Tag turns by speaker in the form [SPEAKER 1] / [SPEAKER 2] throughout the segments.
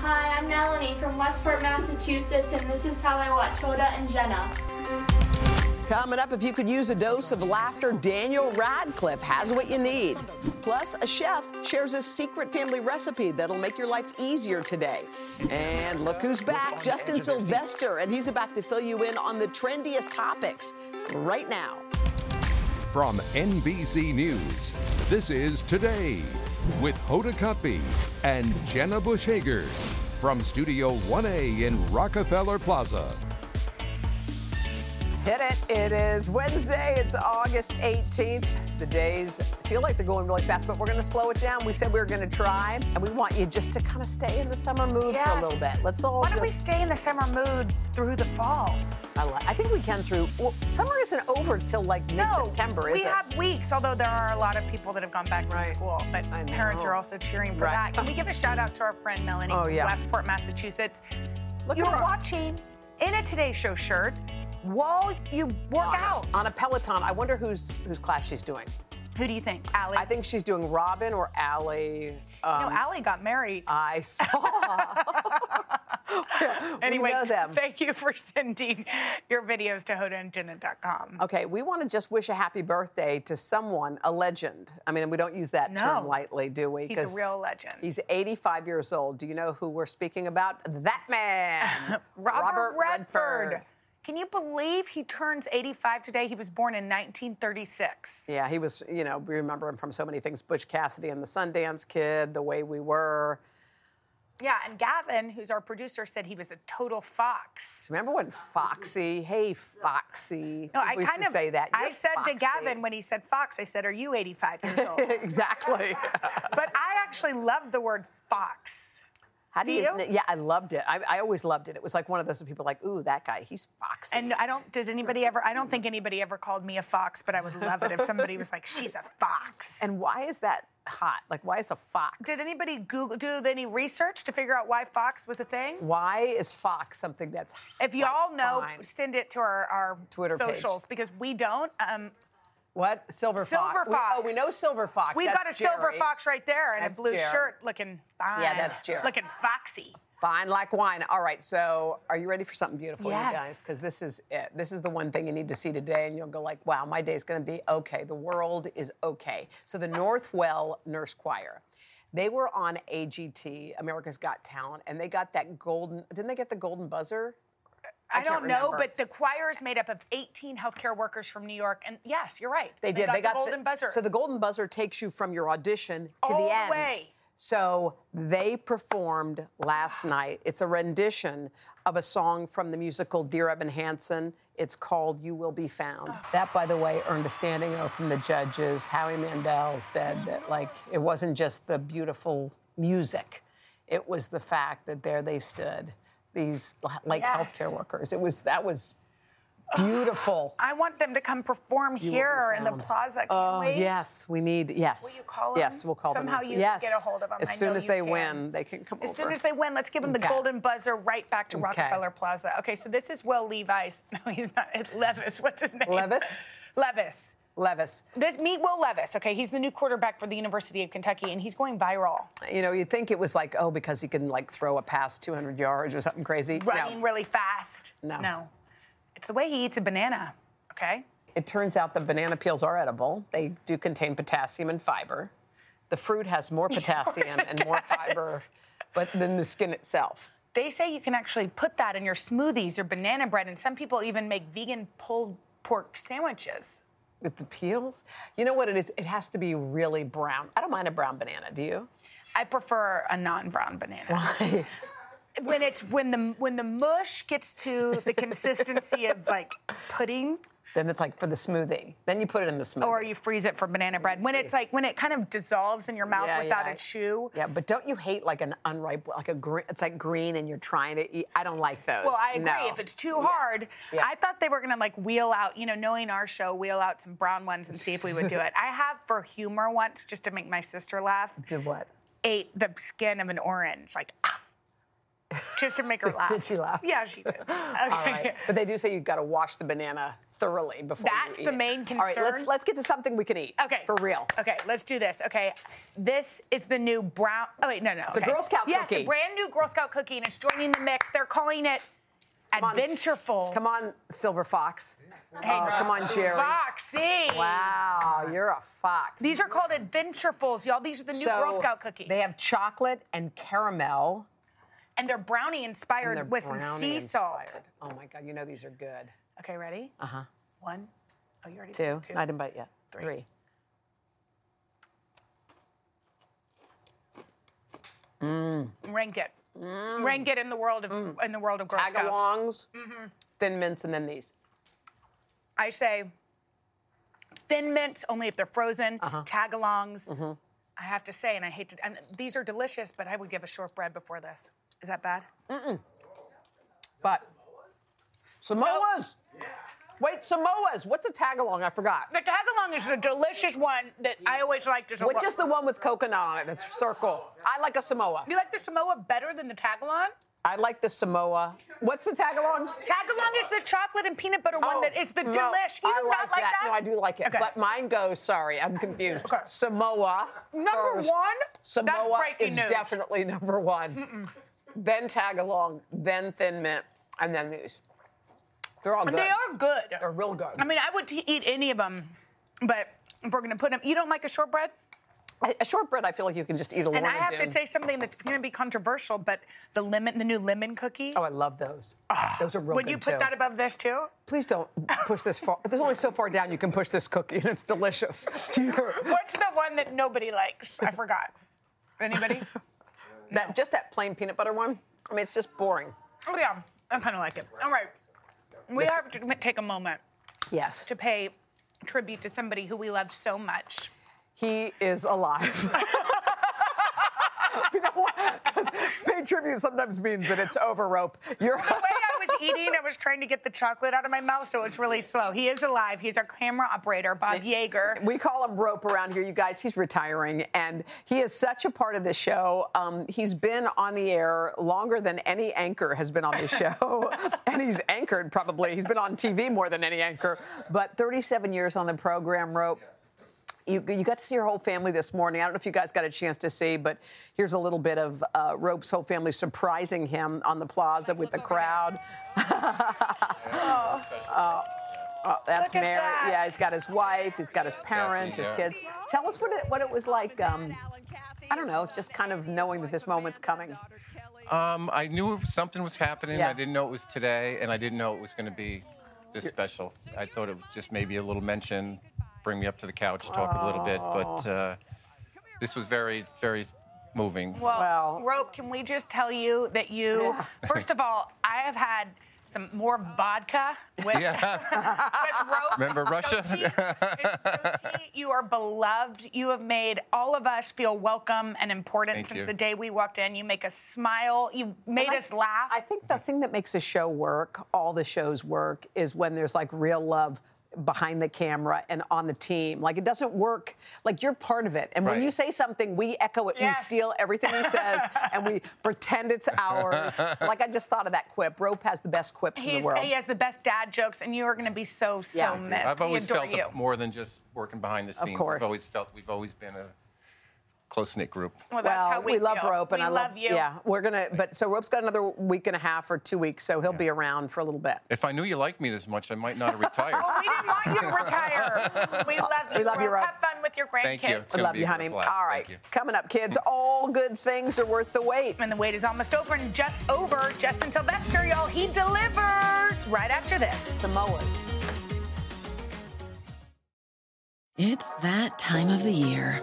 [SPEAKER 1] Hi, I'm Melanie from Westport, Massachusetts, and this is how I watch Hoda and Jenna.
[SPEAKER 2] Coming up, if you could use a dose of laughter, Daniel Radcliffe has what you need. Plus, a chef shares a secret family recipe that'll make your life easier today. And look who's back, Justin Sylvester, and he's about to fill you in on the trendiest topics right now.
[SPEAKER 3] From NBC News, this is Today with Hoda Kotb and Jenna Bush Hager from Studio 1A in Rockefeller Plaza.
[SPEAKER 2] Hit it. It is Wednesday. It's August 18th. The days feel like they're going really fast, but we're going to slow it down. We said we were going to try, and we want you just to kind of stay in the summer mood for
[SPEAKER 4] Yes.
[SPEAKER 2] a little bit. Let's all
[SPEAKER 4] Why don't we
[SPEAKER 2] just.
[SPEAKER 4] stay in the summer mood through the fall?
[SPEAKER 2] I, li- I think we can through. Well, summer isn't over till like mid September,
[SPEAKER 4] we
[SPEAKER 2] is it?
[SPEAKER 4] have weeks. Although there are a lot of people that have gone back
[SPEAKER 2] Right.
[SPEAKER 4] to school, but
[SPEAKER 2] I know.
[SPEAKER 4] parents are also cheering for
[SPEAKER 2] Right.
[SPEAKER 4] that. Can we give a shout out to our friend Melanie,
[SPEAKER 2] Oh, yeah.
[SPEAKER 4] Westport, Massachusetts?
[SPEAKER 2] Look
[SPEAKER 4] You're
[SPEAKER 2] at her.
[SPEAKER 4] watching in a Today Show shirt while you work out.
[SPEAKER 2] on a Peloton. I wonder whose whose class she's doing.
[SPEAKER 4] Who do you think, Allie?
[SPEAKER 2] I think she's doing Robin or Allie. Um,
[SPEAKER 4] no, Allie got married.
[SPEAKER 2] I saw.
[SPEAKER 4] anyway,
[SPEAKER 2] know them.
[SPEAKER 4] thank you for sending your videos to hodaandjenna.com.
[SPEAKER 2] okay, we want to just wish a happy birthday to someone, a legend. I mean, we don't use that
[SPEAKER 4] No.
[SPEAKER 2] term lightly, do we?
[SPEAKER 4] He's a
[SPEAKER 2] 'Cause
[SPEAKER 4] real legend.
[SPEAKER 2] He's 85 years old. Do you know who we're speaking about? That man,
[SPEAKER 4] Robert, Redford. Can you believe he turns 85 today? He was born in 1936.
[SPEAKER 2] Yeah, he was, you know, we remember him from so many things Bush Cassidy and the Sundance Kid, The Way We Were.
[SPEAKER 4] Yeah, and Gavin, who's our producer, said he was a total fox.
[SPEAKER 2] Remember when Foxy, hey, Foxy.
[SPEAKER 4] No,
[SPEAKER 2] People
[SPEAKER 4] I
[SPEAKER 2] used
[SPEAKER 4] kind
[SPEAKER 2] to
[SPEAKER 4] of
[SPEAKER 2] say that.
[SPEAKER 4] I
[SPEAKER 2] "You're
[SPEAKER 4] said
[SPEAKER 2] Foxy."
[SPEAKER 4] to Gavin when he said fox, I said, "Are you 85 years old?"
[SPEAKER 2] exactly.
[SPEAKER 4] but I actually love the word fox.
[SPEAKER 2] How do
[SPEAKER 4] Do
[SPEAKER 2] you?
[SPEAKER 4] you?
[SPEAKER 2] Yeah, I loved it. I, I always loved it. It was like one of those people like, ooh, that guy, he's foxy.
[SPEAKER 4] And I don't. Does anybody ever? I don't think anybody ever called me a fox, but I would love it if somebody was like, "She's a fox."
[SPEAKER 2] and why is that hot? Like, why is a fox?
[SPEAKER 4] Did anybody Google do any research to figure out why fox was a thing?
[SPEAKER 2] why is fox something that's hot?
[SPEAKER 4] If you all know,
[SPEAKER 2] fine.
[SPEAKER 4] send it to our, our
[SPEAKER 2] Twitter page.
[SPEAKER 4] socials because we don't. Um,
[SPEAKER 2] what silver fox?
[SPEAKER 4] Silver
[SPEAKER 2] We-
[SPEAKER 4] fox.
[SPEAKER 2] oh, we know silver fox.
[SPEAKER 4] we've got a
[SPEAKER 2] That's
[SPEAKER 4] silver
[SPEAKER 2] Jerry.
[SPEAKER 4] fox right there and
[SPEAKER 2] That's
[SPEAKER 4] a blue
[SPEAKER 2] Jerry.
[SPEAKER 4] shirt looking fine.
[SPEAKER 2] that's Jerry.
[SPEAKER 4] Looking foxy.
[SPEAKER 2] Fine like wine. All right, so are you ready for something beautiful,
[SPEAKER 4] Yes.
[SPEAKER 2] you guys? Because this is it. This is the one thing you need to see today, and you'll go like, wow, my day's going to be okay. The world is okay. So the Northwell Nurse Choir, they were on AGT, America's Got Talent, and they got that golden, didn't they get the golden buzzer?
[SPEAKER 4] I,
[SPEAKER 2] can't
[SPEAKER 4] don't know,
[SPEAKER 2] remember.
[SPEAKER 4] but the choir is made up of 18 healthcare workers from New York. And yes, you're right.
[SPEAKER 2] They did.
[SPEAKER 4] Got
[SPEAKER 2] they got
[SPEAKER 4] the golden buzzer.
[SPEAKER 2] So the golden buzzer takes you from your audition to
[SPEAKER 4] All
[SPEAKER 2] the
[SPEAKER 4] the
[SPEAKER 2] end.
[SPEAKER 4] way.
[SPEAKER 2] So they performed last night. It's a rendition of a song from the musical Dear Evan Hansen. It's called You Will Be Found.
[SPEAKER 4] Oh.
[SPEAKER 2] That, by the way, earned a standing O from the judges. Howie Mandel said that, like, it wasn't just the beautiful music, it was the fact that there they stood, these like
[SPEAKER 4] Yes.
[SPEAKER 2] healthcare workers. It was that was beautiful.
[SPEAKER 4] I want them to come perform here in the
[SPEAKER 2] found.
[SPEAKER 4] plaza. Can't
[SPEAKER 2] Oh
[SPEAKER 4] wait.
[SPEAKER 2] yes, we need yes.
[SPEAKER 4] Will you call 'em?
[SPEAKER 2] Yes, we'll call
[SPEAKER 4] Somehow
[SPEAKER 2] them.
[SPEAKER 4] you
[SPEAKER 2] yes.
[SPEAKER 4] get a hold of 'em.
[SPEAKER 2] As
[SPEAKER 4] I
[SPEAKER 2] soon
[SPEAKER 4] know
[SPEAKER 2] as
[SPEAKER 4] you
[SPEAKER 2] they
[SPEAKER 4] can.
[SPEAKER 2] win, they can come
[SPEAKER 4] As
[SPEAKER 2] over.
[SPEAKER 4] soon as they win, let's give them the
[SPEAKER 2] Okay.
[SPEAKER 4] golden buzzer right back to
[SPEAKER 2] Okay.
[SPEAKER 4] Rockefeller Plaza. Okay, so this is Will Levi's. No, he's not. It's Levis. What's his name?
[SPEAKER 2] Levis?
[SPEAKER 4] Levis.
[SPEAKER 2] Levis,
[SPEAKER 4] This meet Will Levis. Okay, he's the new quarterback for the University of Kentucky, and he's going viral.
[SPEAKER 2] you know, you'd think it was like, oh, because he can like throw a pass 200 yards or something crazy. No.
[SPEAKER 4] Running really fast.
[SPEAKER 2] No.
[SPEAKER 4] No. It's the way he eats a banana. Okay.
[SPEAKER 2] It turns out the banana peels are edible. They do contain potassium and fiber. The fruit has more potassium
[SPEAKER 4] it
[SPEAKER 2] and more
[SPEAKER 4] does.
[SPEAKER 2] fiber, but than the skin itself.
[SPEAKER 4] They say you can actually put that in your smoothies or banana bread, and some people even make vegan pulled pork sandwiches.
[SPEAKER 2] With the peels, you know what it is? It has to be really brown. I don't mind a brown banana. Do you?
[SPEAKER 4] I prefer a non-brown banana. When it's when the when the mush gets to the consistency of like pudding,
[SPEAKER 2] Then it's like for the smoothie. Then you put it in the smoothie.
[SPEAKER 4] Or you freeze it for banana bread. When it's like when it kind of dissolves in your mouth
[SPEAKER 2] Yeah,
[SPEAKER 4] without
[SPEAKER 2] yeah.
[SPEAKER 4] a chew.
[SPEAKER 2] Yeah, but don't you hate like an unripe, like a green? It's like green, and you're trying to eat. I don't like those.
[SPEAKER 4] Well, I agree.
[SPEAKER 2] No.
[SPEAKER 4] If it's too hard,
[SPEAKER 2] Yeah.
[SPEAKER 4] I thought they were gonna like wheel out, you know, knowing our show, wheel out some brown ones and see if we would do it. I have for humor once, just to make my sister laugh,
[SPEAKER 2] did what?
[SPEAKER 4] ate the skin of an orange, like ah, just to make her laugh.
[SPEAKER 2] Did she laugh?
[SPEAKER 4] Yeah, she did. Okay.
[SPEAKER 2] All right, but they do say you've got to wash the banana thoroughly before. you
[SPEAKER 4] That's
[SPEAKER 2] eat
[SPEAKER 4] the
[SPEAKER 2] it.
[SPEAKER 4] main
[SPEAKER 2] All right, let's
[SPEAKER 4] concern?
[SPEAKER 2] let's get to something we can eat.
[SPEAKER 4] Okay.
[SPEAKER 2] for real.
[SPEAKER 4] Okay, let's do this. Okay, this is the new brown. Oh wait, no, no. It's
[SPEAKER 2] a Girl Scout
[SPEAKER 4] yes,
[SPEAKER 2] cookie.
[SPEAKER 4] a brand new Girl Scout cookie, and it's joining the mix. They're calling it
[SPEAKER 2] Come on.
[SPEAKER 4] Adventureful.
[SPEAKER 2] Come on, Silver Fox.
[SPEAKER 4] Hey,
[SPEAKER 2] Oh, come on, Jerry.
[SPEAKER 4] Foxy.
[SPEAKER 2] Wow, you're a fox.
[SPEAKER 4] These are called Adventurefuls, y'all. These are the new Girl Scout cookies.
[SPEAKER 2] They have chocolate and caramel.
[SPEAKER 4] and they're brownie inspired
[SPEAKER 2] and they're
[SPEAKER 4] with some sea
[SPEAKER 2] brownie
[SPEAKER 4] salt.
[SPEAKER 2] inspired. Oh my God, you know these are good.
[SPEAKER 4] Okay, ready? Uh huh. One. Oh, you already
[SPEAKER 2] Two.
[SPEAKER 4] did
[SPEAKER 2] I didn't bite yet. Three.
[SPEAKER 4] Rank it.
[SPEAKER 2] Mm.
[SPEAKER 4] Rank it in the world of in the world of Girl Scouts.
[SPEAKER 2] Agalongs,
[SPEAKER 4] Mm-hmm.
[SPEAKER 2] thin mints, and then these.
[SPEAKER 4] I say thin mints only if they're frozen,
[SPEAKER 2] Uh-huh.
[SPEAKER 4] tagalongs.
[SPEAKER 2] Mm-hmm.
[SPEAKER 4] I have to say, and I hate to, and these are delicious, but I would give a shortbread before this. Is that bad?
[SPEAKER 2] But Samoas. Wait, Samoas. What's a tagalong? I forgot.
[SPEAKER 4] The tagalong is a delicious one that I always liked as a
[SPEAKER 2] Which is the one with coconut on it that's circle. I like a Samoa.
[SPEAKER 4] You like the Samoa better than the tagalong?
[SPEAKER 2] I like the Samoa. What's the tagalong?
[SPEAKER 4] Tagalong is the chocolate and peanut butter one
[SPEAKER 2] Oh,
[SPEAKER 4] that is the
[SPEAKER 2] no,
[SPEAKER 4] delish. You
[SPEAKER 2] I
[SPEAKER 4] do not like that?
[SPEAKER 2] No, I do like it.
[SPEAKER 4] Okay.
[SPEAKER 2] But mine goes, sorry, I'm confused.
[SPEAKER 4] Okay.
[SPEAKER 2] Samoa.
[SPEAKER 4] Number
[SPEAKER 2] first.
[SPEAKER 4] one? That's
[SPEAKER 2] Samoa
[SPEAKER 4] breaking
[SPEAKER 2] is
[SPEAKER 4] news.
[SPEAKER 2] definitely number one. Then tagalong, then thin mint, and then these. They're all good.
[SPEAKER 4] They are good.
[SPEAKER 2] They're real good.
[SPEAKER 4] I mean, I would t- eat any of them, but if we're gonna put them, you don't like a shortbread?
[SPEAKER 2] I- a shortbread, I feel like you can just eat alone.
[SPEAKER 4] And I have to say something that's going to be controversial, but the lemon, the new lemon cookie.
[SPEAKER 2] Oh, I love those. those are real
[SPEAKER 4] would
[SPEAKER 2] good
[SPEAKER 4] you put
[SPEAKER 2] too.
[SPEAKER 4] that above this too?
[SPEAKER 2] Please don't push this far. There's only so far down you can push this cookie, and it's delicious.
[SPEAKER 4] What's the one that nobody likes? I forgot. Anybody?
[SPEAKER 2] that just that plain peanut butter one. I mean, it's just boring.
[SPEAKER 4] oh yeah, I kind of like it. All right, we have to take a moment
[SPEAKER 2] Yes.
[SPEAKER 4] to pay tribute to somebody who we loved so much.
[SPEAKER 2] He is alive. you know what? 'Cause Pay tribute sometimes means that it's over rope. You're
[SPEAKER 4] The way I was eating, I was trying to get the chocolate out of my mouth, so it's really slow. He is alive. He's our camera operator, Bob Yeager.
[SPEAKER 2] We call him Rope around here, you guys. He's retiring, and he is such a part of the show. Um, he's been on the air longer than any anchor has been on the show, and he's anchored probably. He's been on TV more than any anchor, but 37 years on the program, Rope. You, you got to see your whole family this morning. I don't know if you guys got a chance to see, but here's a little bit of uh, Rope's whole family surprising him on the plaza with the crowd. Oh, that's
[SPEAKER 4] Look at
[SPEAKER 2] Mary.
[SPEAKER 4] that.
[SPEAKER 2] Yeah, he's got his wife, he's got his parents, his
[SPEAKER 5] yeah.
[SPEAKER 2] kids. Tell us what it, what it was like. Um, I don't know, just kind of knowing that this moment's coming.
[SPEAKER 5] Um, I knew something was happening.
[SPEAKER 2] Yeah.
[SPEAKER 5] I didn't know it was today, and I didn't know it was going to be this special. I thought it was just maybe a little mention, bring me up to the couch, talk a little bit. But uh, this was very, very moving.
[SPEAKER 4] Well,
[SPEAKER 2] Well-
[SPEAKER 4] Rope, can we just tell you that you, first of all, I have had some more vodka with, with Rope.
[SPEAKER 5] Remember Russia?
[SPEAKER 4] Sochi. In Sochi, you are beloved. You have made all of us feel welcome and important
[SPEAKER 5] Thank
[SPEAKER 4] since
[SPEAKER 5] you.
[SPEAKER 4] the day we walked in. You make us smile. You made us laugh.
[SPEAKER 2] I think the thing that makes a show work, all the shows work, is when there's like real love behind the camera and on the team. Like it doesn't work. Like you're part of it. And when
[SPEAKER 5] Right.
[SPEAKER 2] you say something, we echo it.
[SPEAKER 4] Yes.
[SPEAKER 2] We steal everything he says and we pretend it's ours. like I just thought of that quip. Rope has the best quips in
[SPEAKER 4] He's,
[SPEAKER 2] the world.
[SPEAKER 4] he has the best dad jokes, and you are going to be so, so
[SPEAKER 2] Yeah.
[SPEAKER 4] missed.
[SPEAKER 5] I've
[SPEAKER 4] We
[SPEAKER 5] always
[SPEAKER 4] adore
[SPEAKER 5] felt
[SPEAKER 4] you.
[SPEAKER 5] it more than just working behind the scenes.
[SPEAKER 2] course.
[SPEAKER 5] I've always felt we've always been a close knit group.
[SPEAKER 4] Well, that's
[SPEAKER 2] well,
[SPEAKER 4] how we,
[SPEAKER 2] love
[SPEAKER 4] feel.
[SPEAKER 2] Rope, and
[SPEAKER 4] we
[SPEAKER 2] I
[SPEAKER 4] love you.
[SPEAKER 2] Yeah, we're gonna. But so Rope's got another week and a half or two weeks, so he'll be around for a little bit.
[SPEAKER 5] If I knew you liked me this much, I might not have retired.
[SPEAKER 4] We didn't want you to retire. We love you.
[SPEAKER 2] We love you,
[SPEAKER 4] Rope.
[SPEAKER 2] Rope.
[SPEAKER 4] Have fun with your grandkids.
[SPEAKER 5] Thank you. It's
[SPEAKER 2] We
[SPEAKER 5] gonna
[SPEAKER 2] love
[SPEAKER 5] be
[SPEAKER 2] you,
[SPEAKER 5] a
[SPEAKER 2] honey.
[SPEAKER 5] blast.
[SPEAKER 2] All right,
[SPEAKER 5] Thank you.
[SPEAKER 2] coming up, kids. All good things are worth the wait.
[SPEAKER 4] And the wait is almost over and just over. Justin Sylvester, y'all, he delivers right after this.
[SPEAKER 2] Samoa's.
[SPEAKER 6] It's that time of the year.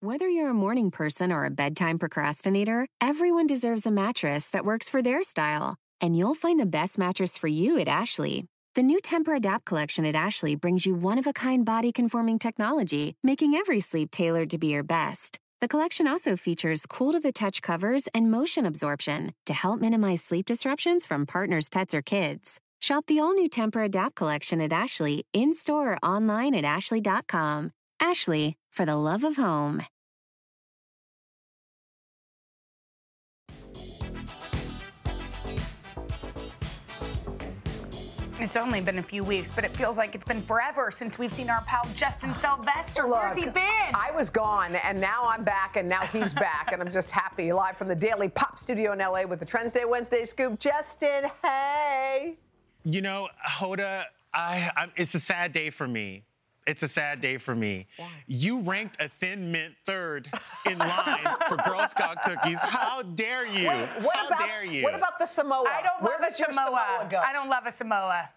[SPEAKER 7] Whether you're a morning person or a bedtime procrastinator, everyone deserves a mattress that works for their style. And you'll find the best mattress for you at Ashley. The new Temper Adapt collection at Ashley brings you one of a kind body conforming technology, making every sleep tailored to be your best. The collection also features cool to the touch covers and motion absorption to help minimize sleep disruptions from partners, pets, or kids. Shop the all new Temper Adapt collection at Ashley in store or online at ashley.com. Ashley, for the love of home.
[SPEAKER 4] It's only been a few weeks, but it feels like it's been forever since we've seen our pal Justin Sylvester. Where's he
[SPEAKER 2] Look,
[SPEAKER 4] been?
[SPEAKER 2] I was gone, and now I'm back, and now he's back, and I'm just happy. Live from the Daily Pop Studio in LA with the Trends Day Wednesday scoop, Justin. Hey.
[SPEAKER 8] You know, Hoda, I, I, it's a sad day for me. It's a sad day for me. You ranked a Thin Mint third in line for Girl Scout cookies. How dare you?
[SPEAKER 2] What
[SPEAKER 8] How
[SPEAKER 2] about
[SPEAKER 8] dare you?
[SPEAKER 2] what about the Samoa?
[SPEAKER 4] I don't
[SPEAKER 2] Where
[SPEAKER 4] love a
[SPEAKER 2] does your
[SPEAKER 4] Samoa.
[SPEAKER 2] go?
[SPEAKER 4] I don't love a Samoa.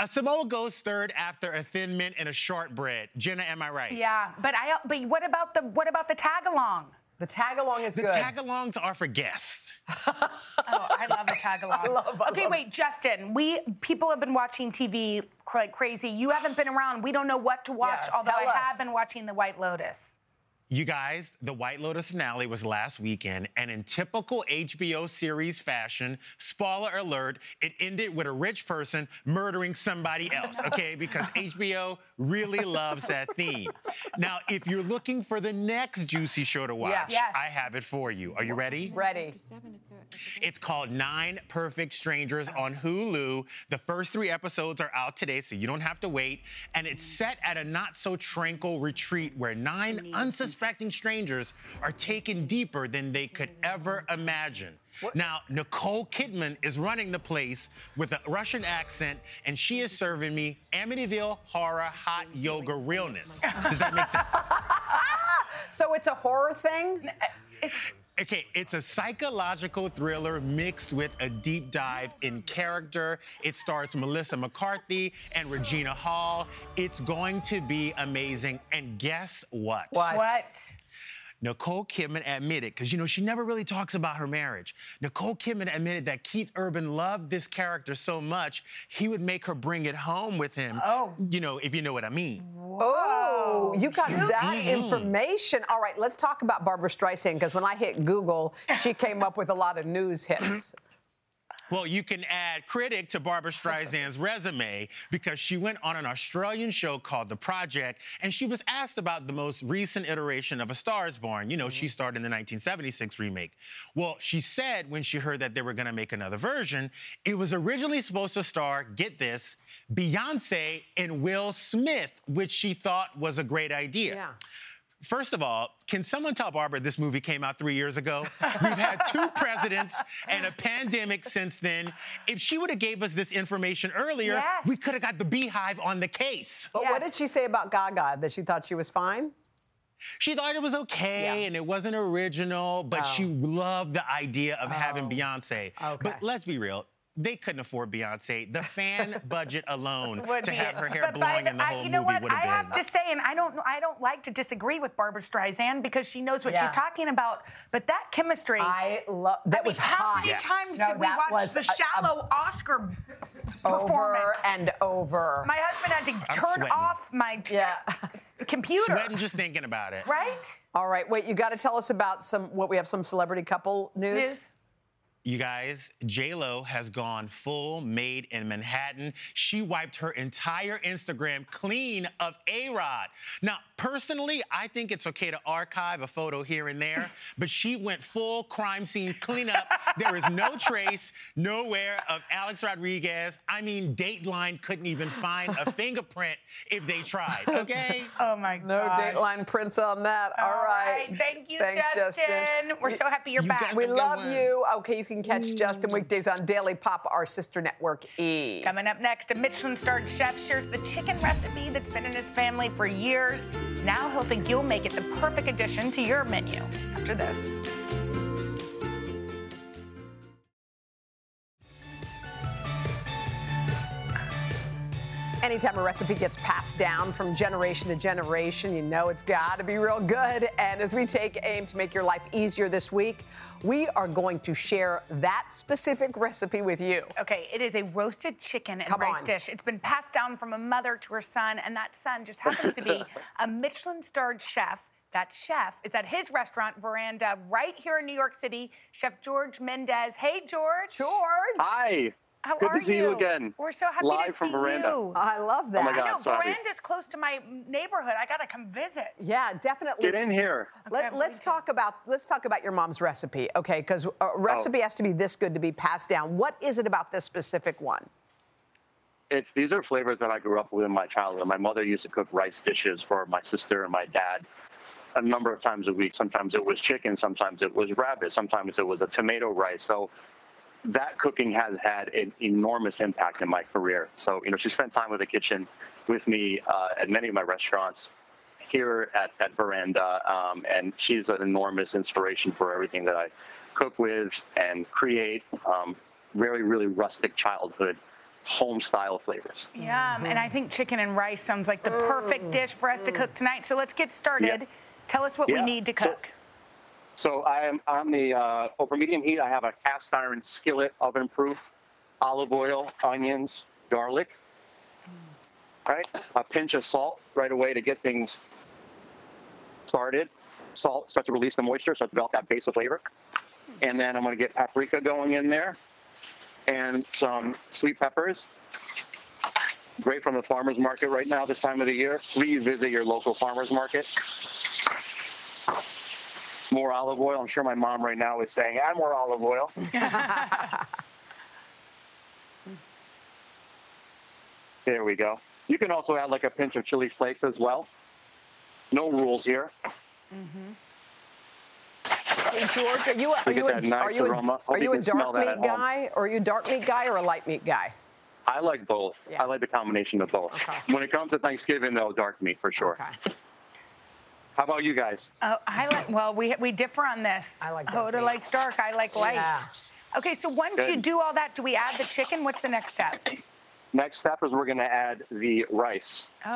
[SPEAKER 8] a Samoa goes third after a Thin Mint and a shortbread. Jenna, am I right?
[SPEAKER 4] Yeah, but I. But what about the what about the tag along?
[SPEAKER 2] The tag along is
[SPEAKER 8] The
[SPEAKER 2] good.
[SPEAKER 8] tagalongs are for guests.
[SPEAKER 4] Oh, I love a tag along.
[SPEAKER 2] love- I
[SPEAKER 4] okay,
[SPEAKER 2] love-
[SPEAKER 4] wait, Justin. We people have been watching TV cr- like crazy. You haven't been around. We don't know what to watch.
[SPEAKER 2] Yeah,
[SPEAKER 4] although I
[SPEAKER 2] tell us.
[SPEAKER 4] have been watching The White Lotus.
[SPEAKER 8] You guys, the White Lotus finale was last weekend, and in typical HBO series fashion, spoiler alert, it ended with a rich person murdering somebody else, okay? Because HBO really loves that theme. Now, if you're looking for the next juicy show to watch,
[SPEAKER 4] Yes.
[SPEAKER 8] I have it for you. Are you ready?
[SPEAKER 2] Ready.
[SPEAKER 8] It's called Nine Perfect Strangers on Hulu. The first three episodes are out today, so you don't have to wait. And it's set at a not so tranquil retreat where nine unsuspecting strangers are taken deeper than they could ever imagine. Now, Nicole Kidman is running the place with a Russian accent, and she is serving me Amityville horror hot yoga realness. Does that make sense?
[SPEAKER 2] So it's a horror thing.
[SPEAKER 8] Okay, it's a psychological thriller mixed with a deep dive in character. It stars Melissa McCarthy and Regina Hall. It's going to be amazing. And guess what?
[SPEAKER 2] What?
[SPEAKER 4] What?
[SPEAKER 8] Nicole Kidman admitted, because you know, she never really talks about her marriage. Nicole Kidman admitted that Keith Urban loved this character so much, he would make her bring it home with him. Oh. You know, if you know what I mean.
[SPEAKER 2] Oh, you got that
[SPEAKER 4] Mm-hmm.
[SPEAKER 2] information. All right, let's talk about Barbara Streisand because when I hit Google, she came up with a lot of news
[SPEAKER 4] Mm-hmm.
[SPEAKER 2] hits.
[SPEAKER 8] Well, you can add critic to Barbara Streisand's resume because she went on an Australian show called The Project and she was asked about the most recent iteration of A Star is Born. You know, she
[SPEAKER 2] Mm-hmm.
[SPEAKER 8] starred in the 1976 remake. Well, she said when she heard that they were going to make another version, it was originally supposed to star, get this, Beyonce and Will Smith, which she thought was a great idea.
[SPEAKER 2] Yeah.
[SPEAKER 8] First of all, can someone tell Barbara this movie came out three years ago? We've had two presidents and a pandemic since then. If she would have gave us this information earlier,
[SPEAKER 4] Yes.
[SPEAKER 8] we could have got the beehive on the case.
[SPEAKER 2] But what
[SPEAKER 4] Yes.
[SPEAKER 2] did she say about Gaga? That she thought she was fine?
[SPEAKER 8] She thought it was okay
[SPEAKER 2] Yeah.
[SPEAKER 8] and it wasn't
[SPEAKER 4] Oh,
[SPEAKER 8] original, but she loved the idea of having Beyonce.
[SPEAKER 2] Oh. Okay.
[SPEAKER 8] But let's be real. They couldn't afford Beyonce. The fan budget alone
[SPEAKER 4] Would
[SPEAKER 8] to
[SPEAKER 4] be it.
[SPEAKER 8] have her hair
[SPEAKER 4] But by
[SPEAKER 8] blowing in the
[SPEAKER 4] I-
[SPEAKER 8] whole
[SPEAKER 4] you know
[SPEAKER 8] movie
[SPEAKER 4] what?
[SPEAKER 8] would have
[SPEAKER 4] I
[SPEAKER 8] been.
[SPEAKER 4] have to say, and I don't, I don't like to disagree with Barbara Streisand because she knows what
[SPEAKER 2] Yeah.
[SPEAKER 4] she's talking about. But that chemistry,
[SPEAKER 2] I love that
[SPEAKER 4] I mean,
[SPEAKER 2] was
[SPEAKER 4] how
[SPEAKER 2] hot.
[SPEAKER 4] many times
[SPEAKER 2] No,
[SPEAKER 4] did we
[SPEAKER 2] that
[SPEAKER 4] watch
[SPEAKER 2] was
[SPEAKER 4] the
[SPEAKER 2] a- a-
[SPEAKER 4] shallow Oscar
[SPEAKER 2] over
[SPEAKER 4] performance?
[SPEAKER 2] and over.
[SPEAKER 4] My husband had to
[SPEAKER 8] I'm
[SPEAKER 4] turn
[SPEAKER 8] sweating.
[SPEAKER 4] off my t-
[SPEAKER 2] yeah.
[SPEAKER 4] computer.
[SPEAKER 8] Sweating just thinking about it.
[SPEAKER 4] Right?
[SPEAKER 2] All right, wait, you got to tell us about some what we have some celebrity couple news.
[SPEAKER 4] News.
[SPEAKER 8] You guys, J-Lo has gone full made in Manhattan. She wiped her entire Instagram clean of A-Rod. Now, personally, I think it's okay to archive a photo here and there, but she went full crime scene cleanup. there is no trace, nowhere of Alex Rodriguez. I mean, Dateline couldn't even find a fingerprint if they tried, okay?
[SPEAKER 4] Oh my
[SPEAKER 2] No
[SPEAKER 4] gosh.
[SPEAKER 2] Dateline prints on that. All right.
[SPEAKER 4] Thank you,
[SPEAKER 2] Thanks,
[SPEAKER 4] Justin. We're so happy you're
[SPEAKER 8] You
[SPEAKER 4] back. Mm.
[SPEAKER 8] got
[SPEAKER 2] We
[SPEAKER 8] Good
[SPEAKER 2] love
[SPEAKER 8] one.
[SPEAKER 2] you. Okay, you can can catch Justin weekdays on Daily Pop, our sister network E.
[SPEAKER 4] Coming up next, a Michelin starred chef shares the chicken recipe that's been in his family for years. Now he'll think you'll make it the perfect addition to your menu. After this.
[SPEAKER 2] Anytime a recipe gets passed down from generation to generation, you know it's got to be real good. And as we take aim to make your life easier this week, we are going to share that specific recipe with you.
[SPEAKER 4] Okay, it is a roasted chicken and
[SPEAKER 2] Come
[SPEAKER 4] rice
[SPEAKER 2] on.
[SPEAKER 4] dish. It's been passed down from a mother to her son, and that son just happens to be a Michelin starred chef. That chef is at his restaurant veranda right here in New York City, Chef George Mendez. Hey, George.
[SPEAKER 2] George,
[SPEAKER 9] Hi.
[SPEAKER 4] How
[SPEAKER 9] Good
[SPEAKER 4] are
[SPEAKER 9] to see you again.
[SPEAKER 4] We're so happy
[SPEAKER 9] Live
[SPEAKER 4] to see
[SPEAKER 9] from veranda.
[SPEAKER 4] you.
[SPEAKER 2] I love that.
[SPEAKER 9] Oh my
[SPEAKER 4] I
[SPEAKER 9] God.
[SPEAKER 4] know
[SPEAKER 9] sorry.
[SPEAKER 4] veranda's close to my neighborhood. I gotta come visit.
[SPEAKER 2] Yeah, definitely.
[SPEAKER 9] Get in here.
[SPEAKER 2] Let,
[SPEAKER 4] Okay,
[SPEAKER 2] let's
[SPEAKER 4] we
[SPEAKER 2] talk about let's talk about your mom's recipe, okay? Because a
[SPEAKER 9] Oh.
[SPEAKER 2] recipe has to be this good to be passed down. What is it about this specific one?
[SPEAKER 9] It's these are flavors that I grew up with in my childhood. My mother used to cook rice dishes for my sister and my dad a number of times a week. Sometimes it was chicken, sometimes it was rabbit, sometimes it was a tomato rice. So that cooking has had an enormous impact in my career. So, you know, she spent time with the kitchen with me uh, at many of my restaurants here at, at Veranda. Um, and she's an enormous inspiration for everything that I cook with and create. Um, really, really rustic childhood home style flavors.
[SPEAKER 4] Yum. And I
[SPEAKER 9] Mm-hmm.
[SPEAKER 4] think chicken and rice sounds like the perfect dish for us to cook tonight. So let's get started.
[SPEAKER 9] Oh. Yeah.
[SPEAKER 4] Tell us what we
[SPEAKER 9] Yeah.
[SPEAKER 4] need to
[SPEAKER 9] So-
[SPEAKER 4] cook.
[SPEAKER 9] So I am on the uh, over medium heat. I have a cast iron skillet, oven proof, olive oil, onions, garlic. All right, a pinch of salt right away to get things started. Salt starts to release the moisture, so to develop that base of flavor. And then I'm going to get paprika going in there, and some sweet peppers. Great from the farmers market right now this time of the year. Please visit your local farmers market more olive oil. I'm sure my mom right now is saying, add more olive oil. there we go. You can also add like a pinch of chili flakes as well. No rules here.
[SPEAKER 2] Hey, George, are you a, are
[SPEAKER 9] get
[SPEAKER 2] you a,
[SPEAKER 9] that nice
[SPEAKER 2] are you a,
[SPEAKER 9] aroma. Hope
[SPEAKER 2] are
[SPEAKER 9] you
[SPEAKER 2] you a
[SPEAKER 9] can smell
[SPEAKER 2] dark
[SPEAKER 9] that
[SPEAKER 2] meat
[SPEAKER 9] at home.
[SPEAKER 2] guy? Or are you a dark meat guy or a light meat guy?
[SPEAKER 9] I like both.
[SPEAKER 2] Yeah.
[SPEAKER 9] I like the combination of both.
[SPEAKER 2] Okay.
[SPEAKER 9] When it comes to Thanksgiving, though, dark meat for sure.
[SPEAKER 2] Okay.
[SPEAKER 9] How about you guys?
[SPEAKER 4] Oh, I like, well, we, we differ on this.
[SPEAKER 2] I like dark
[SPEAKER 4] Hoda
[SPEAKER 2] meat.
[SPEAKER 4] likes dark, I like light.
[SPEAKER 2] Yeah.
[SPEAKER 4] Okay, so once you
[SPEAKER 9] Good.
[SPEAKER 4] do all that, do we add the chicken? What's the next step?
[SPEAKER 9] Next step is we're going to add the rice
[SPEAKER 4] Oh,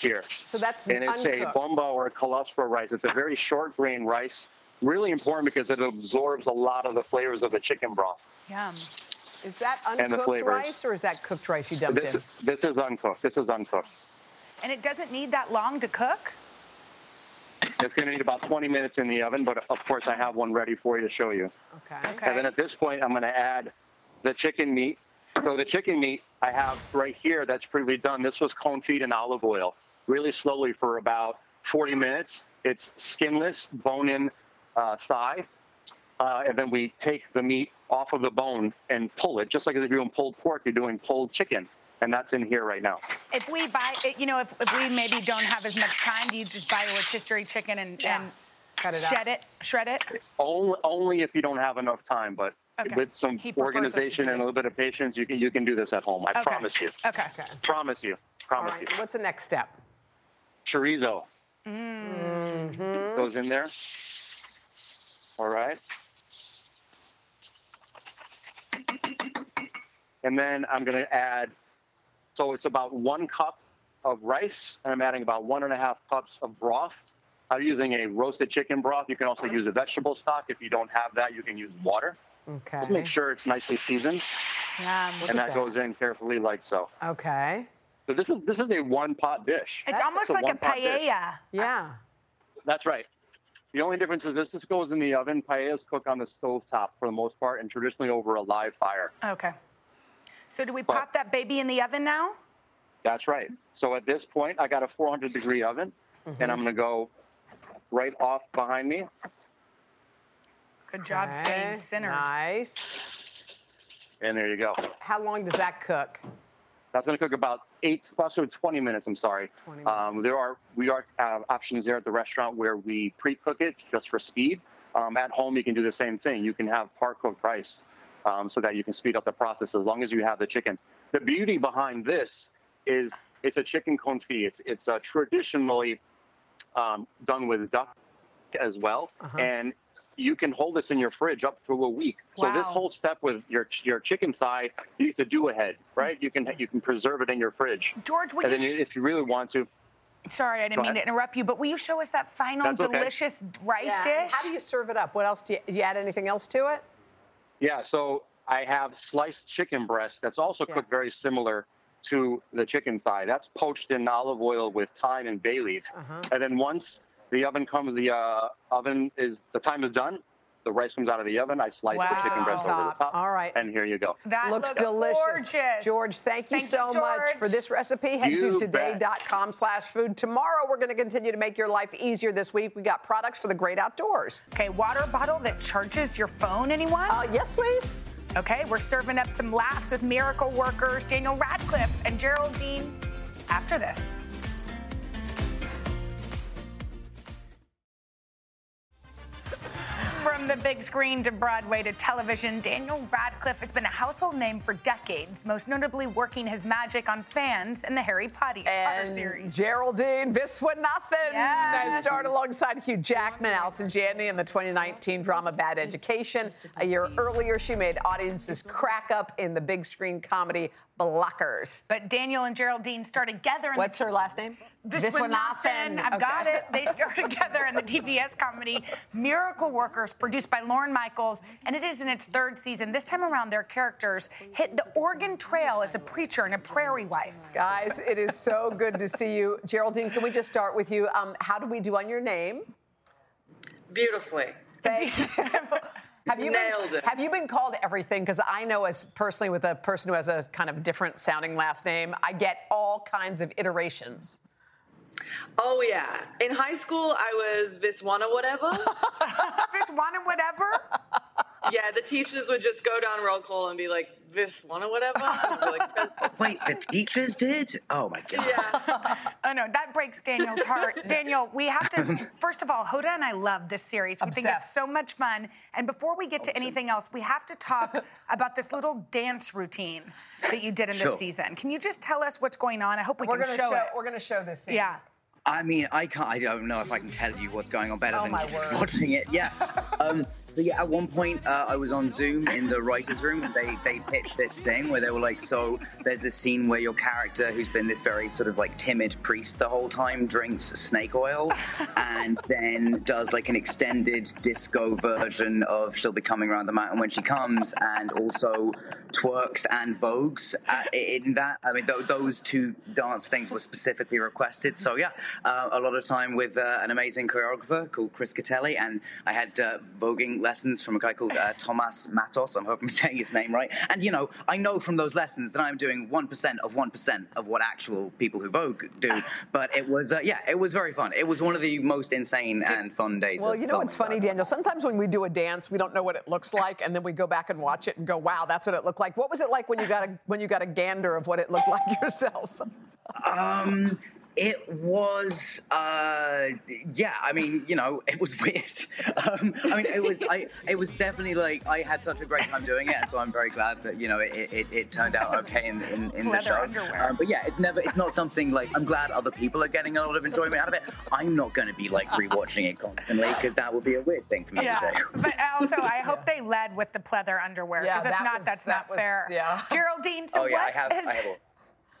[SPEAKER 9] here.
[SPEAKER 2] So that's
[SPEAKER 9] and it's
[SPEAKER 2] uncooked.
[SPEAKER 9] a bombo or a colostral rice. It's a very short grain rice. Really important because it absorbs a lot of the flavors of the chicken broth.
[SPEAKER 4] yum.
[SPEAKER 2] Is that
[SPEAKER 9] and the
[SPEAKER 2] uncooked
[SPEAKER 9] flavors.
[SPEAKER 2] rice or is that cooked rice you dumped
[SPEAKER 9] This
[SPEAKER 2] in?
[SPEAKER 9] this is uncooked. This is uncooked.
[SPEAKER 4] And it doesn't need that long to cook?
[SPEAKER 9] It's going to need about 20 minutes in the oven, but of course I have one ready for you to show you.
[SPEAKER 2] Okay.
[SPEAKER 4] Okay.
[SPEAKER 9] And then at this point, I'm going to add the chicken meat. So the chicken meat I have right here that's previously done. This was confit in olive oil, really slowly for about 40 minutes. It's skinless, bone-in uh, thigh, uh, and then we take the meat off of the bone and pull it, just like if you're doing pulled pork, you're doing pulled chicken, and that's in here right now.
[SPEAKER 4] if we buy, you know, if, if we maybe don't have as much time, do you just buy a rotisserie chicken and,
[SPEAKER 2] Yeah.
[SPEAKER 4] and
[SPEAKER 2] Cut it
[SPEAKER 4] shed
[SPEAKER 2] up.
[SPEAKER 4] it, shred it?
[SPEAKER 9] Only, only if you don't have enough time, but
[SPEAKER 4] Okay.
[SPEAKER 9] with some
[SPEAKER 4] He prefers us to
[SPEAKER 9] organization
[SPEAKER 4] do
[SPEAKER 9] and a
[SPEAKER 4] this.
[SPEAKER 9] little bit of patience, you can you can do this at home. I
[SPEAKER 4] Okay.
[SPEAKER 9] promise you.
[SPEAKER 4] Okay.
[SPEAKER 9] Promise you.
[SPEAKER 2] All
[SPEAKER 9] Promise you.
[SPEAKER 2] right. What's the next step?
[SPEAKER 9] chorizo goes in there. All right. And then I'm going to add, so it's about one cup of rice, and I'm adding about one and a half cups of broth. I'm using a roasted chicken broth. You can also use a vegetable stock. If you don't have that, you can use water.
[SPEAKER 2] Okay.
[SPEAKER 9] Just make sure it's nicely seasoned,
[SPEAKER 4] Yum.
[SPEAKER 9] and
[SPEAKER 2] at
[SPEAKER 9] that
[SPEAKER 2] that.
[SPEAKER 9] goes in carefully like so.
[SPEAKER 2] Okay.
[SPEAKER 9] So this is this is a one pot dish.
[SPEAKER 4] It's almost
[SPEAKER 9] a
[SPEAKER 4] like a
[SPEAKER 9] one-pot dish.
[SPEAKER 4] paella.
[SPEAKER 2] Yeah.
[SPEAKER 9] That's right. The only difference is this just goes in the oven. Paellas cook on the stove top for the most part and traditionally over a live fire.
[SPEAKER 4] Okay. So do we pop that baby in the oven now?
[SPEAKER 9] That's right. So at this point, I got a 400 degree oven and I'm going to go right off behind me.
[SPEAKER 4] Good job staying
[SPEAKER 2] Okay.
[SPEAKER 4] centered.
[SPEAKER 2] Nice.
[SPEAKER 9] And there you go.
[SPEAKER 2] How long does that cook?
[SPEAKER 9] That's going to cook about eight, also 20 minutes. I'm sorry.
[SPEAKER 2] 20
[SPEAKER 9] Um,
[SPEAKER 2] minutes.
[SPEAKER 9] uh, there are we are have options there at the restaurant where we pre-cook it just for speed. Um, at home, you can do the same thing. You can have par cooked rice um, so that you can speed up the process as long as you have the chicken. The beauty behind this is it's a chicken confit. It's it's uh, traditionally um, done with duck as well, and you can hold this in your fridge up through a week. So this
[SPEAKER 4] Wow.
[SPEAKER 9] whole step with your your chicken thigh, you need to do ahead, right? You can you can preserve it in your fridge.
[SPEAKER 4] George, will
[SPEAKER 9] and
[SPEAKER 4] you
[SPEAKER 9] then
[SPEAKER 4] sh-
[SPEAKER 9] you- if you really want to,
[SPEAKER 4] Sorry, I didn't
[SPEAKER 9] Go
[SPEAKER 4] mean to
[SPEAKER 9] ahead.
[SPEAKER 4] interrupt you, but will you show us that final
[SPEAKER 9] That's okay.
[SPEAKER 4] delicious rice dish?
[SPEAKER 2] How do you serve it up? What else do you, you add anything else to it?
[SPEAKER 9] Yeah, so I have sliced chicken breast that's also cooked very similar to the chicken thigh. That's poached in olive oil with thyme and bay leaf. And then once the oven comes, the uh, oven is the time is done. The rice comes out of the oven. I slice
[SPEAKER 4] Wow.
[SPEAKER 9] the chicken breast over the
[SPEAKER 2] Top.
[SPEAKER 9] top.
[SPEAKER 2] All right.
[SPEAKER 9] and here you go.
[SPEAKER 4] That
[SPEAKER 2] looks,
[SPEAKER 4] looks
[SPEAKER 2] delicious.
[SPEAKER 4] gorgeous.
[SPEAKER 2] George, thank you
[SPEAKER 4] Thank you,
[SPEAKER 2] so much
[SPEAKER 4] George.
[SPEAKER 2] for this recipe. Head
[SPEAKER 9] You
[SPEAKER 2] to
[SPEAKER 9] bet.
[SPEAKER 2] today.com slash food. Tomorrow, we're going to continue to make your life easier this week. We got products for the great outdoors.
[SPEAKER 4] okay, water bottle that charges your phone, anyone?
[SPEAKER 2] Uh, yes, please.
[SPEAKER 4] okay, we're serving up some laughs with miracle workers Daniel Radcliffe and Geraldine after this. From the big screen to Broadway to television, Daniel Radcliffe has been a household name for decades, most notably working his magic on fans in the Harry Potter, Potter
[SPEAKER 2] And
[SPEAKER 4] series.
[SPEAKER 2] Geraldine
[SPEAKER 4] Yes.
[SPEAKER 2] Viswanathan. That starred alongside Hugh Jackman, Allison Janney in the 2019 drama Bad Education. A year earlier, she made audiences crack up in the big screen comedy Blockers.
[SPEAKER 4] But Daniel and Geraldine star together in
[SPEAKER 2] What's
[SPEAKER 4] the
[SPEAKER 2] her last name?
[SPEAKER 4] Viswanathan. I've got
[SPEAKER 2] Okay.
[SPEAKER 4] it. They star together in the TBS comedy Miracle Workers, produced by Lauren Michaels, and it is in its third season. This time around, their characters hit the Oregon Trail. It's a preacher and a prairie wife.
[SPEAKER 2] Guys, it is so good to see you. Geraldine, can we just start with you? Um, how do we do on your name?
[SPEAKER 10] Beautifully.
[SPEAKER 2] Thank you. Have you,
[SPEAKER 10] Nailed
[SPEAKER 2] been,
[SPEAKER 10] it.
[SPEAKER 2] have you been called everything? Because I know, as personally, with a person who has a kind of different sounding last name, I get all kinds of iterations.
[SPEAKER 10] Oh yeah. In high school, I was Viswana whatever.
[SPEAKER 4] Viswana whatever.
[SPEAKER 10] yeah, the teachers would just go down roll call and be like Viswana whatever. And I'd be like, "That's-
[SPEAKER 11] Wait, the teachers did? Oh my god.
[SPEAKER 10] yeah.
[SPEAKER 4] Oh no, that breaks Daniel's heart. Daniel, we have to first of all, Hoda and I love this series. We think it's
[SPEAKER 2] Obsessed.
[SPEAKER 4] so much fun. And before we get to anything else, we have to talk about this little dance routine that you did in
[SPEAKER 11] Sure.
[SPEAKER 4] this season. Can you just tell us what's going on? I hope we
[SPEAKER 2] We're
[SPEAKER 4] can
[SPEAKER 2] gonna
[SPEAKER 4] show,
[SPEAKER 2] show,
[SPEAKER 4] it.
[SPEAKER 2] we're gonna show this scene.
[SPEAKER 4] yeah.
[SPEAKER 11] I mean, I can't. I don't know if I can tell you what's going on better
[SPEAKER 2] Oh,
[SPEAKER 11] than
[SPEAKER 2] my
[SPEAKER 11] just
[SPEAKER 2] word.
[SPEAKER 11] watching it. Yeah. um, so yeah, at one point uh, I was on Zoom in the writers' room, and they they pitched this thing where they were like, so there's this scene where your character, who's been this very sort of like timid priest the whole time, drinks snake oil, and then does like an extended disco version of "She'll Be Coming Around the Mountain When She Comes," and also twerks and vogues uh, in that. I mean, th- those two dance things were specifically requested. So yeah, uh, a lot of time with uh, an amazing choreographer called Chris Catelli, and I had uh, voguing lessons from a guy called uh, Thomas Matos. I'm hoping I'm saying his name right. And you know, I know from those lessons that I'm doing one percent of one percent of what actual people who vogue do. But it was uh, yeah, it was very fun. It was one of the most insane and fun days.
[SPEAKER 2] Well,
[SPEAKER 11] of
[SPEAKER 2] you know what's
[SPEAKER 11] filming.
[SPEAKER 2] funny, Daniel? Sometimes when we do a dance, we don't know what it looks like, and then we go back and watch it and go, "Wow, that's what it looked like." What was it like when you got a when you got a gander of what it looked like yourself?
[SPEAKER 11] Um, it was, uh, yeah. I mean, you know, it was weird. Um, I mean, it was, I, it was definitely like I had such a great time doing it, and so I'm very glad that you know it, it, it turned out okay in, in, in the
[SPEAKER 4] Leather
[SPEAKER 11] show.
[SPEAKER 4] underwear.
[SPEAKER 11] Um, but yeah, it's never, it's not something like I'm glad other people are getting a lot of enjoyment out of it. I'm not going to be like rewatching it constantly because that would be a weird thing for me to
[SPEAKER 4] Yeah,
[SPEAKER 11] do.
[SPEAKER 4] but also I hope they led with the pleather underwear
[SPEAKER 2] Yeah,
[SPEAKER 4] because if
[SPEAKER 2] that
[SPEAKER 4] not,
[SPEAKER 2] was-
[SPEAKER 4] that's
[SPEAKER 2] that
[SPEAKER 4] not
[SPEAKER 2] was-
[SPEAKER 4] fair.
[SPEAKER 2] yeah.
[SPEAKER 4] Geraldine, so
[SPEAKER 11] Oh yeah, I
[SPEAKER 4] what
[SPEAKER 11] have,
[SPEAKER 4] is-
[SPEAKER 11] I have. All.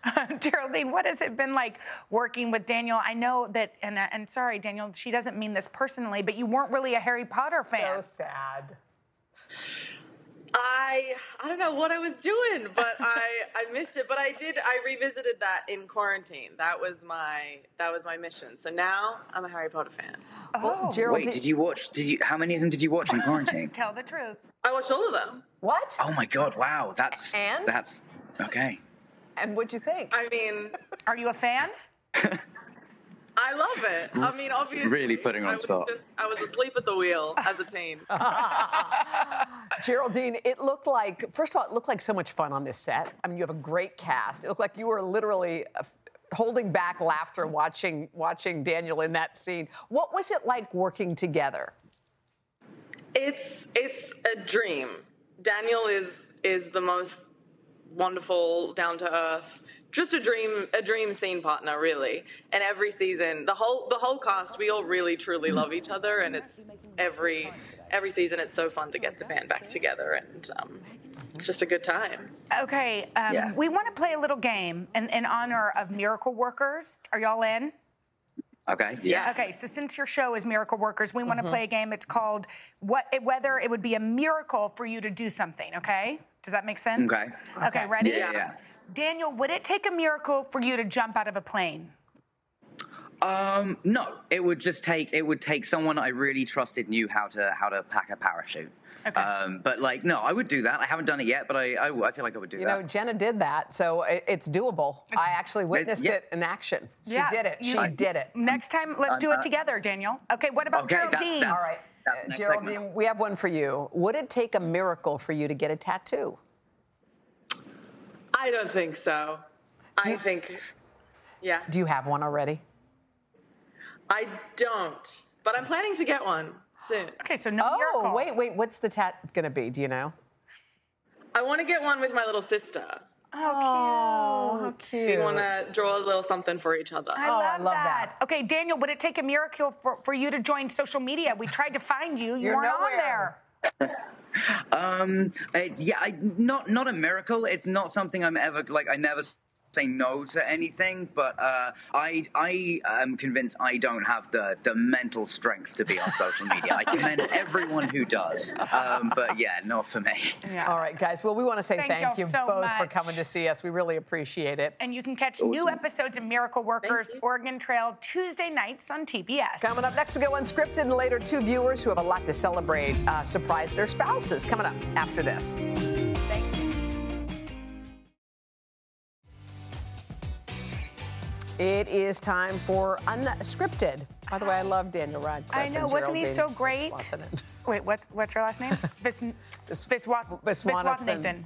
[SPEAKER 4] Geraldine, what has it been like working with Daniel? I know that, and, uh, and sorry, Daniel, she doesn't mean this personally, but you weren't really a Harry Potter fan.
[SPEAKER 2] sad.
[SPEAKER 10] I I don't know what I was doing, but I I missed it. But I did. I revisited that in quarantine. That was my that was my mission. So now I'm a Harry Potter fan.
[SPEAKER 2] Well, Gerald,
[SPEAKER 11] Wait, did you watch? Did you? How many of them did you watch in quarantine?
[SPEAKER 4] Tell the truth.
[SPEAKER 10] I watched all of them.
[SPEAKER 2] what?
[SPEAKER 11] oh my god! Wow, that's
[SPEAKER 2] And?
[SPEAKER 11] that's okay.
[SPEAKER 2] And what'd you think?
[SPEAKER 10] I mean,
[SPEAKER 4] Are you a fan?
[SPEAKER 10] I love it. I mean, obviously,
[SPEAKER 11] Really putting her on
[SPEAKER 10] I was
[SPEAKER 11] spot.
[SPEAKER 10] Just, I was asleep at the wheel as a teen.
[SPEAKER 2] Geraldine, it looked like, first of all, it looked like so much fun on this set. I mean, you have a great cast. It looked like you were literally uh, f- holding back laughter watching watching Daniel in that scene. What was it like working together?
[SPEAKER 10] It's it's a dream. Daniel is is the most wonderful, down to earth, just a dream a dream scene partner, really. And every season, the whole the whole cast, we all really truly love each other, and it's every every season, it's so fun to get the band back together, and um, it's just a good time.
[SPEAKER 4] Okay, um,
[SPEAKER 10] Yeah.
[SPEAKER 4] we want to play a little game in, in honor of miracle workers. Are y'all in?
[SPEAKER 11] Okay.
[SPEAKER 4] Okay, so since your show is Miracle Workers, we want to
[SPEAKER 11] Mhm.
[SPEAKER 4] play a game. It's called what whether it would be a miracle for you to do something, okay? Does that make sense?
[SPEAKER 11] Okay.
[SPEAKER 4] Okay, ready?
[SPEAKER 11] Yeah. yeah.
[SPEAKER 4] Daniel, would it take a miracle for you to jump out of a plane?
[SPEAKER 11] Um, no, it would just take it would take someone I really trusted knew how to how to pack a parachute.
[SPEAKER 4] Okay.
[SPEAKER 11] Um, but like, no, I would do that. I haven't done it yet, but I I, I feel like I would do
[SPEAKER 2] You
[SPEAKER 11] that.
[SPEAKER 2] know, Jenna did that, so i- it's doable. I actually witnessed
[SPEAKER 11] yeah.
[SPEAKER 2] it in action. She
[SPEAKER 4] Yeah,
[SPEAKER 2] did it.
[SPEAKER 4] you-
[SPEAKER 2] she did it.
[SPEAKER 4] Next time, let's
[SPEAKER 2] I'm
[SPEAKER 4] do it
[SPEAKER 2] not-
[SPEAKER 4] together, Daniel. Okay, what about Geraldine?
[SPEAKER 2] All right. Uh, Geraldine, we have one for you. Would it take a miracle for you to get a tattoo?
[SPEAKER 10] I don't think so. I think, yeah,
[SPEAKER 2] Do you have one already?
[SPEAKER 10] I don't. But I'm planning to get one soon.
[SPEAKER 4] Okay, so no
[SPEAKER 2] oh, wait, wait. What's the tat going to be? Do you know?
[SPEAKER 10] I want to get one with my little sister.
[SPEAKER 4] Oh, how
[SPEAKER 10] We want to draw a little something for each other.
[SPEAKER 2] Oh,
[SPEAKER 4] I, love that. Oh, Okay, Daniel, would it take a miracle for, for you to join social media? We tried to find you. You
[SPEAKER 11] You're
[SPEAKER 4] weren't on
[SPEAKER 11] nowhere.
[SPEAKER 4] there.
[SPEAKER 11] Um, it's, yeah, I, not not a miracle. It's not something I'm ever like. I never say no to anything, but uh, I I am convinced I don't have the the mental strength to be on social media. I commend everyone who does, um, but yeah, not for me.
[SPEAKER 2] All right, guys. Well, we want to say
[SPEAKER 4] Thank
[SPEAKER 2] thank,
[SPEAKER 4] y'all
[SPEAKER 2] you
[SPEAKER 4] so
[SPEAKER 2] both for
[SPEAKER 4] much.
[SPEAKER 2] coming to see us. We really appreciate it.
[SPEAKER 4] And you can catch new
[SPEAKER 2] Awesome.
[SPEAKER 4] episodes of Miracle Workers Oregon Trail Tuesday nights on TBS.
[SPEAKER 2] Coming up next, we go unscripted, and later, two viewers who have a lot to celebrate uh, surprise their spouses. Coming up after this. It is time for unscripted. By the way, I love Daniel Radcliffe.
[SPEAKER 4] I know,
[SPEAKER 2] and
[SPEAKER 4] wasn't he so
[SPEAKER 2] Geraldine.
[SPEAKER 4] great? Wait, what's what's her last name? Vis, Viswa- Viswanathan. Nathan.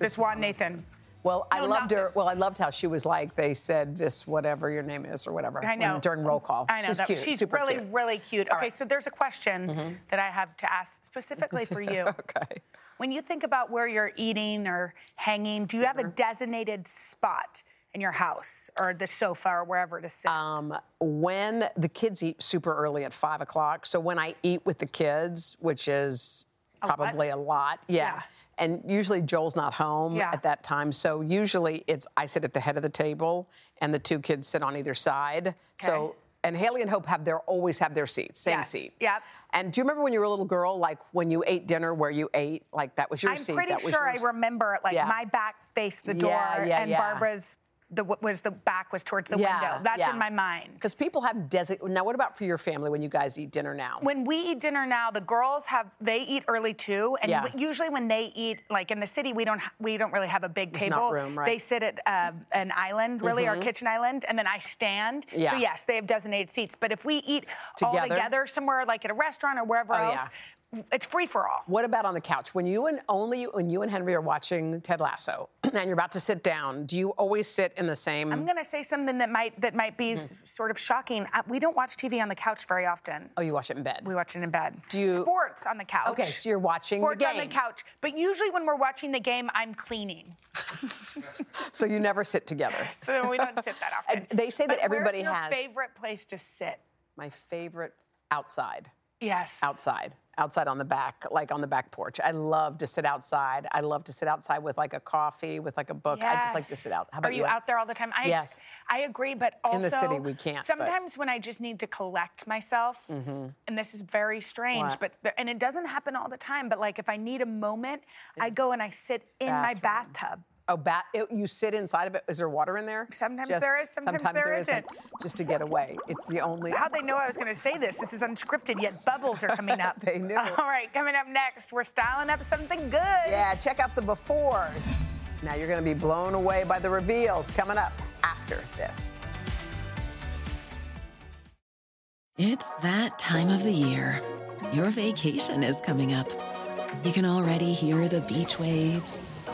[SPEAKER 4] Viswan Nathan.
[SPEAKER 2] Well, I
[SPEAKER 4] No,
[SPEAKER 2] loved her. Well, I loved how she was like they said this whatever your name is or whatever.
[SPEAKER 4] I know.
[SPEAKER 2] when- during roll call.
[SPEAKER 4] I know
[SPEAKER 2] she's
[SPEAKER 4] that,
[SPEAKER 2] cute.
[SPEAKER 4] she's
[SPEAKER 2] super
[SPEAKER 4] really,
[SPEAKER 2] cute. Mm-hmm.
[SPEAKER 4] really cute. Okay, so there's a question that I have to ask specifically for you.
[SPEAKER 2] okay.
[SPEAKER 4] When you think about where you're eating or hanging, do you have a designated spot in your house or the sofa or wherever to sit?
[SPEAKER 2] Um, when the kids eat super early at five o'clock, so when I eat with the kids, which is
[SPEAKER 4] A lot?
[SPEAKER 2] probably a lot, yeah.
[SPEAKER 4] Yeah.
[SPEAKER 2] And usually Joel's not home
[SPEAKER 4] Yeah.
[SPEAKER 2] at that time, so usually it's I sit at the head of the table and the two kids sit on either side. So
[SPEAKER 4] Okay.
[SPEAKER 2] and Haley and Hope have their always have their seats, same
[SPEAKER 4] Yes.
[SPEAKER 2] seat.
[SPEAKER 4] Yep.
[SPEAKER 2] And do you remember when you were a little girl, like when you ate dinner where you ate, like that was your
[SPEAKER 4] I'm
[SPEAKER 2] seat?
[SPEAKER 4] pretty
[SPEAKER 2] that was
[SPEAKER 4] sure
[SPEAKER 2] your
[SPEAKER 4] I
[SPEAKER 2] s-
[SPEAKER 4] remember like
[SPEAKER 2] Yeah.
[SPEAKER 4] my back faced the door
[SPEAKER 2] Yeah, yeah,
[SPEAKER 4] and
[SPEAKER 2] yeah.
[SPEAKER 4] Barbara's the was the back was towards the window. That's in my mind.
[SPEAKER 2] Because people have desi- Now, what about for your family when you guys eat dinner now?
[SPEAKER 4] When we eat dinner now, the girls have they eat early too, and
[SPEAKER 2] Yeah.
[SPEAKER 4] w- usually when they eat, like in the city, we don't ha- we don't really have a big
[SPEAKER 2] There's not
[SPEAKER 4] table.
[SPEAKER 2] room, right.
[SPEAKER 4] They sit at uh, an island, really our
[SPEAKER 2] Mhm.
[SPEAKER 4] kitchen island, and then I stand.
[SPEAKER 2] Yeah.
[SPEAKER 4] So yes, they have designated seats. But if we eat all
[SPEAKER 2] Together?
[SPEAKER 4] together somewhere, like at a restaurant or wherever
[SPEAKER 2] Oh,
[SPEAKER 4] else,
[SPEAKER 2] yeah.
[SPEAKER 4] w- it's free for all.
[SPEAKER 2] What about on the couch? When you and only when you and Henry are watching Ted Lasso and you're about to sit down, do you always sit in the same?
[SPEAKER 4] I'm gonna say something that might that might be s- sort of shocking. Uh, we don't watch TV on the couch very often.
[SPEAKER 2] Mm-hmm. oh, you watch it in bed.
[SPEAKER 4] We watch it in bed.
[SPEAKER 2] Do you?
[SPEAKER 4] Sports on the couch.
[SPEAKER 2] Okay, so you're watching the
[SPEAKER 4] Sports on the
[SPEAKER 2] game.
[SPEAKER 4] couch. But usually when we're watching the game, I'm cleaning.
[SPEAKER 2] So you never sit together.
[SPEAKER 4] So we don't sit that often.
[SPEAKER 2] And they say
[SPEAKER 4] But
[SPEAKER 2] that
[SPEAKER 4] where's
[SPEAKER 2] everybody
[SPEAKER 4] your
[SPEAKER 2] has-
[SPEAKER 4] favorite place to sit.
[SPEAKER 2] My favorite outside.
[SPEAKER 4] Yes.
[SPEAKER 2] Outside. Outside on the back, like on the back porch. I love to sit outside. I love to sit outside with like a coffee, with like a book. I just like to
[SPEAKER 4] Yes.
[SPEAKER 2] sit out. How about
[SPEAKER 4] Are you, out there all the time? I,
[SPEAKER 2] Yes.
[SPEAKER 4] I agree, but also
[SPEAKER 2] In the city, we can't, but-
[SPEAKER 4] Sometimes when I just need to collect myself,
[SPEAKER 2] Mhm.
[SPEAKER 4] and this is very strange,
[SPEAKER 2] What?
[SPEAKER 4] but there, and it doesn't happen all the time. But like if I need a moment, I go and I sit in my bathtub.
[SPEAKER 2] Oh, bat. It, you sit inside of it. Is there water in there?
[SPEAKER 4] Sometimes there is, sometimes there isn't.
[SPEAKER 2] Just to get away. It's the only.
[SPEAKER 4] How'd they know I was going to say this? This is unscripted, yet bubbles are coming up.
[SPEAKER 2] They knew.
[SPEAKER 4] All right, coming up next, we're styling up something good.
[SPEAKER 2] Yeah, check out the befores. Now you're going to be blown away by the reveals coming up after this.
[SPEAKER 6] It's that time of the year. Your vacation is coming up. You can already hear the beach waves,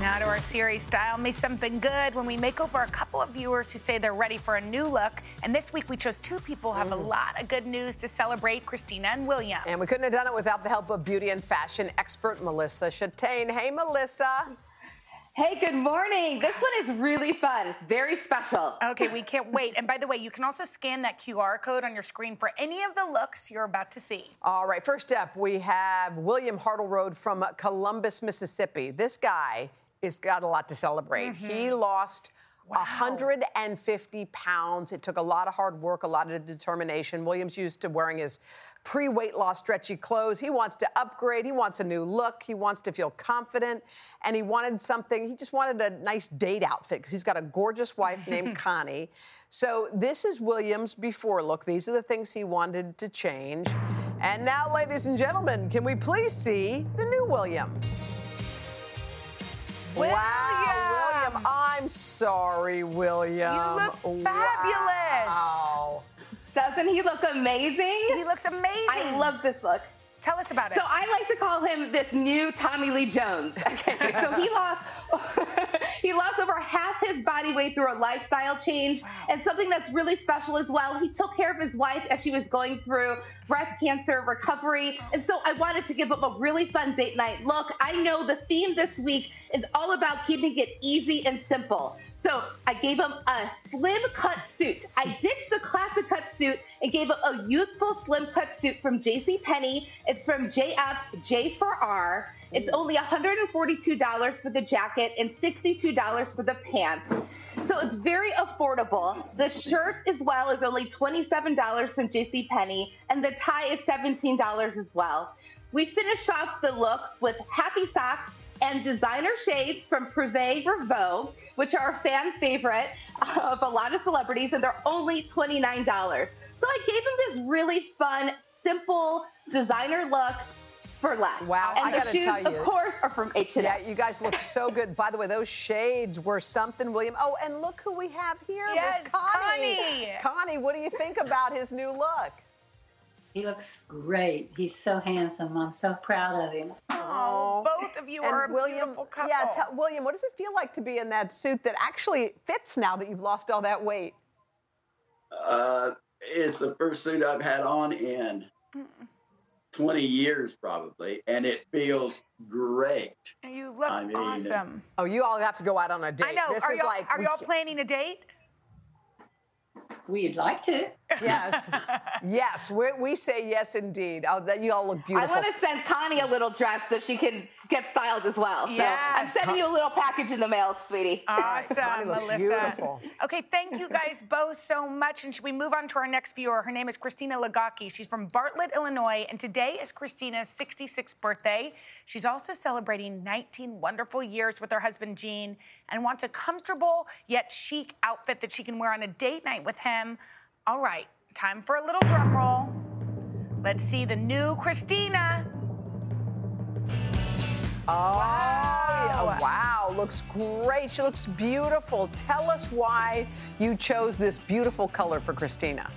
[SPEAKER 4] Now to our series, Style Me Something Good, when we make over a couple of viewers who say they're ready for a new look. And this week we chose two people who have a lot of good news to celebrate Christina and William.
[SPEAKER 2] And we couldn't have done it without the help of beauty and fashion expert Melissa Chatane. Hey, Melissa.
[SPEAKER 12] Hey, good morning. This one is really fun. It's very special.
[SPEAKER 4] Okay, we can't wait. And by the way, you can also scan that QR code on your screen for any of the looks you're about to see.
[SPEAKER 2] All right, first up, we have William Hartleroad from Columbus, Mississippi. This guy has got a lot to celebrate. He lost 150 pounds. It took a lot of hard work, a lot of determination. William's used to wearing his pre weight loss stretchy clothes. He wants to upgrade. He wants a new look. He wants to feel confident. And he wanted something, he just wanted a nice date outfit because he's got a gorgeous wife named Connie. So this is William's before look. These are the things he wanted to change. And now, ladies and gentlemen, can we please see the new William? Wow, William, I'm sorry, William.
[SPEAKER 12] You look fabulous.
[SPEAKER 2] Wow.
[SPEAKER 12] Doesn't he look amazing? He
[SPEAKER 4] looks amazing.
[SPEAKER 12] I love this look.
[SPEAKER 4] Tell us about it.
[SPEAKER 12] So I like to call him this new Tommy Lee Jones. Okay. so he lost he lost over half his body weight through a lifestyle change. And something that's really special as well, he took care of his wife as she was going through breast cancer recovery. And so I wanted to give up a really fun date night look. I know the theme this week is all about keeping it easy and simple. So I gave him a slim cut suit. I ditched the classic cut suit and gave him a youthful slim cut suit from JCPenney. It's from JF J for R. It's only $142 for the jacket and $62 for the pants. So it's very affordable. The shirt as well is only $27 from JCPenney, and the tie is $17 as well. We finish off the look with happy socks and designer shades from Privé Revaux, which are a fan favorite of a lot of celebrities, and they're only $29. So I gave him this really fun, simple designer look for less.
[SPEAKER 2] Wow,
[SPEAKER 12] and
[SPEAKER 2] I
[SPEAKER 12] the
[SPEAKER 2] gotta
[SPEAKER 12] shoes,
[SPEAKER 2] tell you.
[SPEAKER 12] of course, are from H&M.
[SPEAKER 2] Yeah, you guys look so good. By the way, those shades were something, William. Oh, and look who we have here,
[SPEAKER 4] Yes,
[SPEAKER 2] Miss Connie.
[SPEAKER 4] Connie.
[SPEAKER 2] Connie, what do you think about his new look?
[SPEAKER 13] He looks great. He's so handsome. I'm so proud of him.
[SPEAKER 4] Oh, both of you
[SPEAKER 2] and
[SPEAKER 4] are a
[SPEAKER 2] William,
[SPEAKER 4] beautiful couple.
[SPEAKER 2] Yeah, tell William, what does it feel like to be in that suit that actually fits now that you've lost all that weight?
[SPEAKER 14] Uh, it's the first suit I've had on in 20 years, probably, and it feels great.
[SPEAKER 4] you look
[SPEAKER 14] I mean,
[SPEAKER 4] awesome.
[SPEAKER 2] Oh, you all have to go out on a date.
[SPEAKER 4] I know.
[SPEAKER 2] This
[SPEAKER 4] are
[SPEAKER 2] is
[SPEAKER 4] y'all,
[SPEAKER 2] like
[SPEAKER 4] are
[SPEAKER 2] we
[SPEAKER 4] y'all
[SPEAKER 2] ca-
[SPEAKER 4] planning a date?
[SPEAKER 13] We'd like to.
[SPEAKER 2] Yes, yes, we, we say yes indeed. Oh, that you all look
[SPEAKER 12] I
[SPEAKER 2] beautiful.
[SPEAKER 12] want to send Connie a little dress so she can get styled as well.
[SPEAKER 4] Yes.
[SPEAKER 12] So I'm sending you a little package in the mail, sweetie.
[SPEAKER 4] Awesome, Melissa.
[SPEAKER 2] beautiful.
[SPEAKER 4] Okay, thank you guys both so much. And should we move on to our next viewer? Her name is Christina Lagaki. She's from Bartlett, Illinois, and today is Christina's 66th birthday. She's also celebrating 19 wonderful years with her husband Gene and wants a comfortable yet chic outfit that she can wear on a date night with him. All right, time for a little drum roll. Let's see the new Christina.
[SPEAKER 2] Oh, wow. uh, wow, looks great. She looks beautiful. Tell us why you chose this beautiful color for Christina.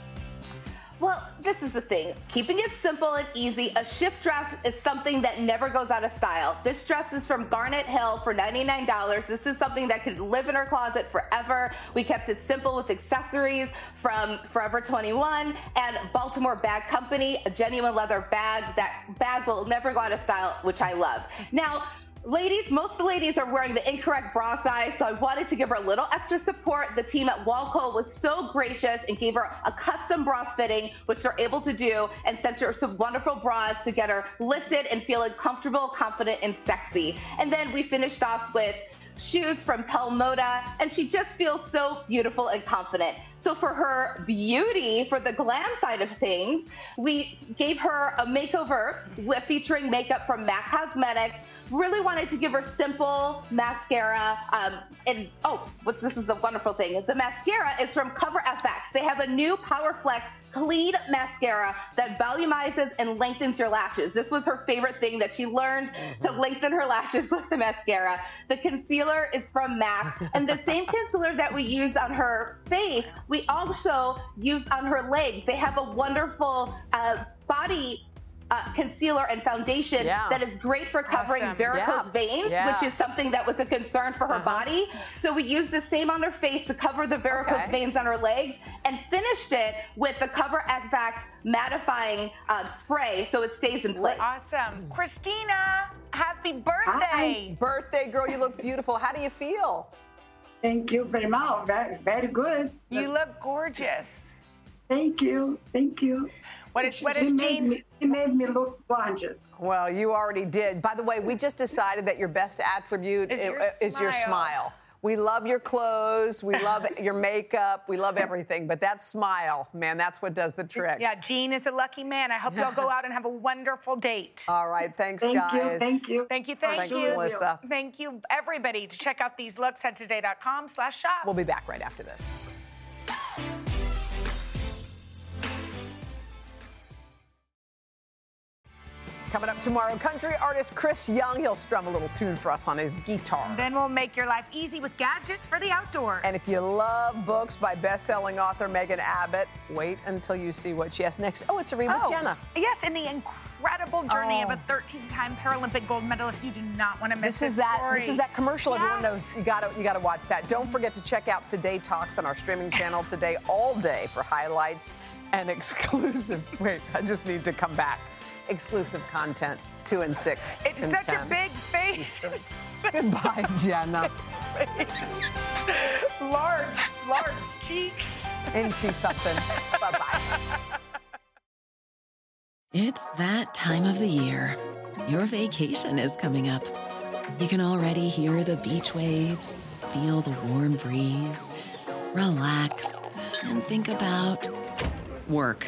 [SPEAKER 12] Well, this is the thing. Keeping it simple and easy, a shift dress is something that never goes out of style. This dress is from Garnet Hill for $99. This is something that could live in our closet forever. We kept it simple with accessories from Forever 21 and Baltimore Bag Company, a genuine leather bag. That bag will never go out of style, which I love. Now, Ladies, most of the ladies are wearing the incorrect bra size, so I wanted to give her a little extra support. The team at Walco was so gracious and gave her a custom bra fitting, which they're able to do, and sent her some wonderful bras to get her lifted and feeling comfortable, confident, and sexy. And then we finished off with shoes from Pelmoda, and she just feels so beautiful and confident. So for her beauty, for the glam side of things, we gave her a makeover with- featuring makeup from MAC Cosmetics. Really wanted to give her simple mascara. Um, and oh, what, this is a wonderful thing. The mascara is from Cover FX. They have a new Power Flex clean mascara that volumizes and lengthens your lashes. This was her favorite thing that she learned to lengthen her lashes with the mascara. The concealer is from MAC, and the same concealer that we use on her face, we also use on her legs. They have a wonderful uh, body uh, concealer and foundation
[SPEAKER 15] Yeah.
[SPEAKER 12] that is great for covering
[SPEAKER 15] Awesome.
[SPEAKER 12] varicose
[SPEAKER 15] Yeah.
[SPEAKER 12] veins,
[SPEAKER 15] Yeah. Uh-huh.
[SPEAKER 12] which is something that was a concern for her body. So we used the same on her face to cover the varicose veins on her legs and finished it with the Cover FX mattifying uh, spray so it stays in place.
[SPEAKER 4] Awesome. Christina, happy birthday.
[SPEAKER 12] Hi.
[SPEAKER 2] Birthday girl, you look beautiful. How do you feel?
[SPEAKER 15] Thank you very much. Very, very good.
[SPEAKER 4] You look gorgeous.
[SPEAKER 15] Thank you. Thank you.
[SPEAKER 4] What is
[SPEAKER 2] what
[SPEAKER 15] she
[SPEAKER 2] is
[SPEAKER 15] made
[SPEAKER 2] Jean-
[SPEAKER 15] Me, she made me look gorgeous.
[SPEAKER 2] Well, you already did. By the way, we just decided that your best attribute
[SPEAKER 15] Is
[SPEAKER 2] i-
[SPEAKER 15] your
[SPEAKER 2] is,
[SPEAKER 15] smile.
[SPEAKER 2] your smile. We love your clothes, we love your makeup, we love everything, but that smile, man, that's what does the trick.
[SPEAKER 4] Yeah, Gene is a lucky man. I hope y'all go out and have a wonderful date.
[SPEAKER 2] All right, thanks, guys.
[SPEAKER 4] you. Thank you. Thank
[SPEAKER 2] Thanks,
[SPEAKER 4] you.
[SPEAKER 2] Melissa.
[SPEAKER 4] Thank you, everybody, to check out these looks. Head to today.com slash shop.
[SPEAKER 2] We'll be back right after this. Coming up tomorrow, country artist Chris Young. He'll strum a little tune for us on his guitar.
[SPEAKER 4] Then we'll make your life easy with gadgets for the outdoors.
[SPEAKER 2] And if you love books by best-selling author Megan Abbott, wait until you see what she has next. Oh, it's a read with
[SPEAKER 4] Oh,
[SPEAKER 2] Jenna.
[SPEAKER 4] Yes, and the incredible journey of
[SPEAKER 2] Oh.
[SPEAKER 4] a 13-time Paralympic gold medalist. You do not want to miss
[SPEAKER 2] This is
[SPEAKER 4] this
[SPEAKER 2] that. This
[SPEAKER 4] story.
[SPEAKER 2] is that commercial. Everyone
[SPEAKER 4] Yes.
[SPEAKER 2] knows. You gotta. You gotta watch that. Don't forget to check out Today Talks on our streaming channel today all day for highlights and exclusive. Wait, I just need to come back. Exclusive content. Two and six.
[SPEAKER 4] It's
[SPEAKER 2] and
[SPEAKER 4] such a
[SPEAKER 2] 10.
[SPEAKER 4] big face.
[SPEAKER 2] Goodbye, Jenna.
[SPEAKER 4] large, large cheeks.
[SPEAKER 2] And she's something. Bye bye.
[SPEAKER 6] It's that time of the year. Your vacation is coming up. You can already hear the beach waves, feel the warm breeze, relax, and think about work.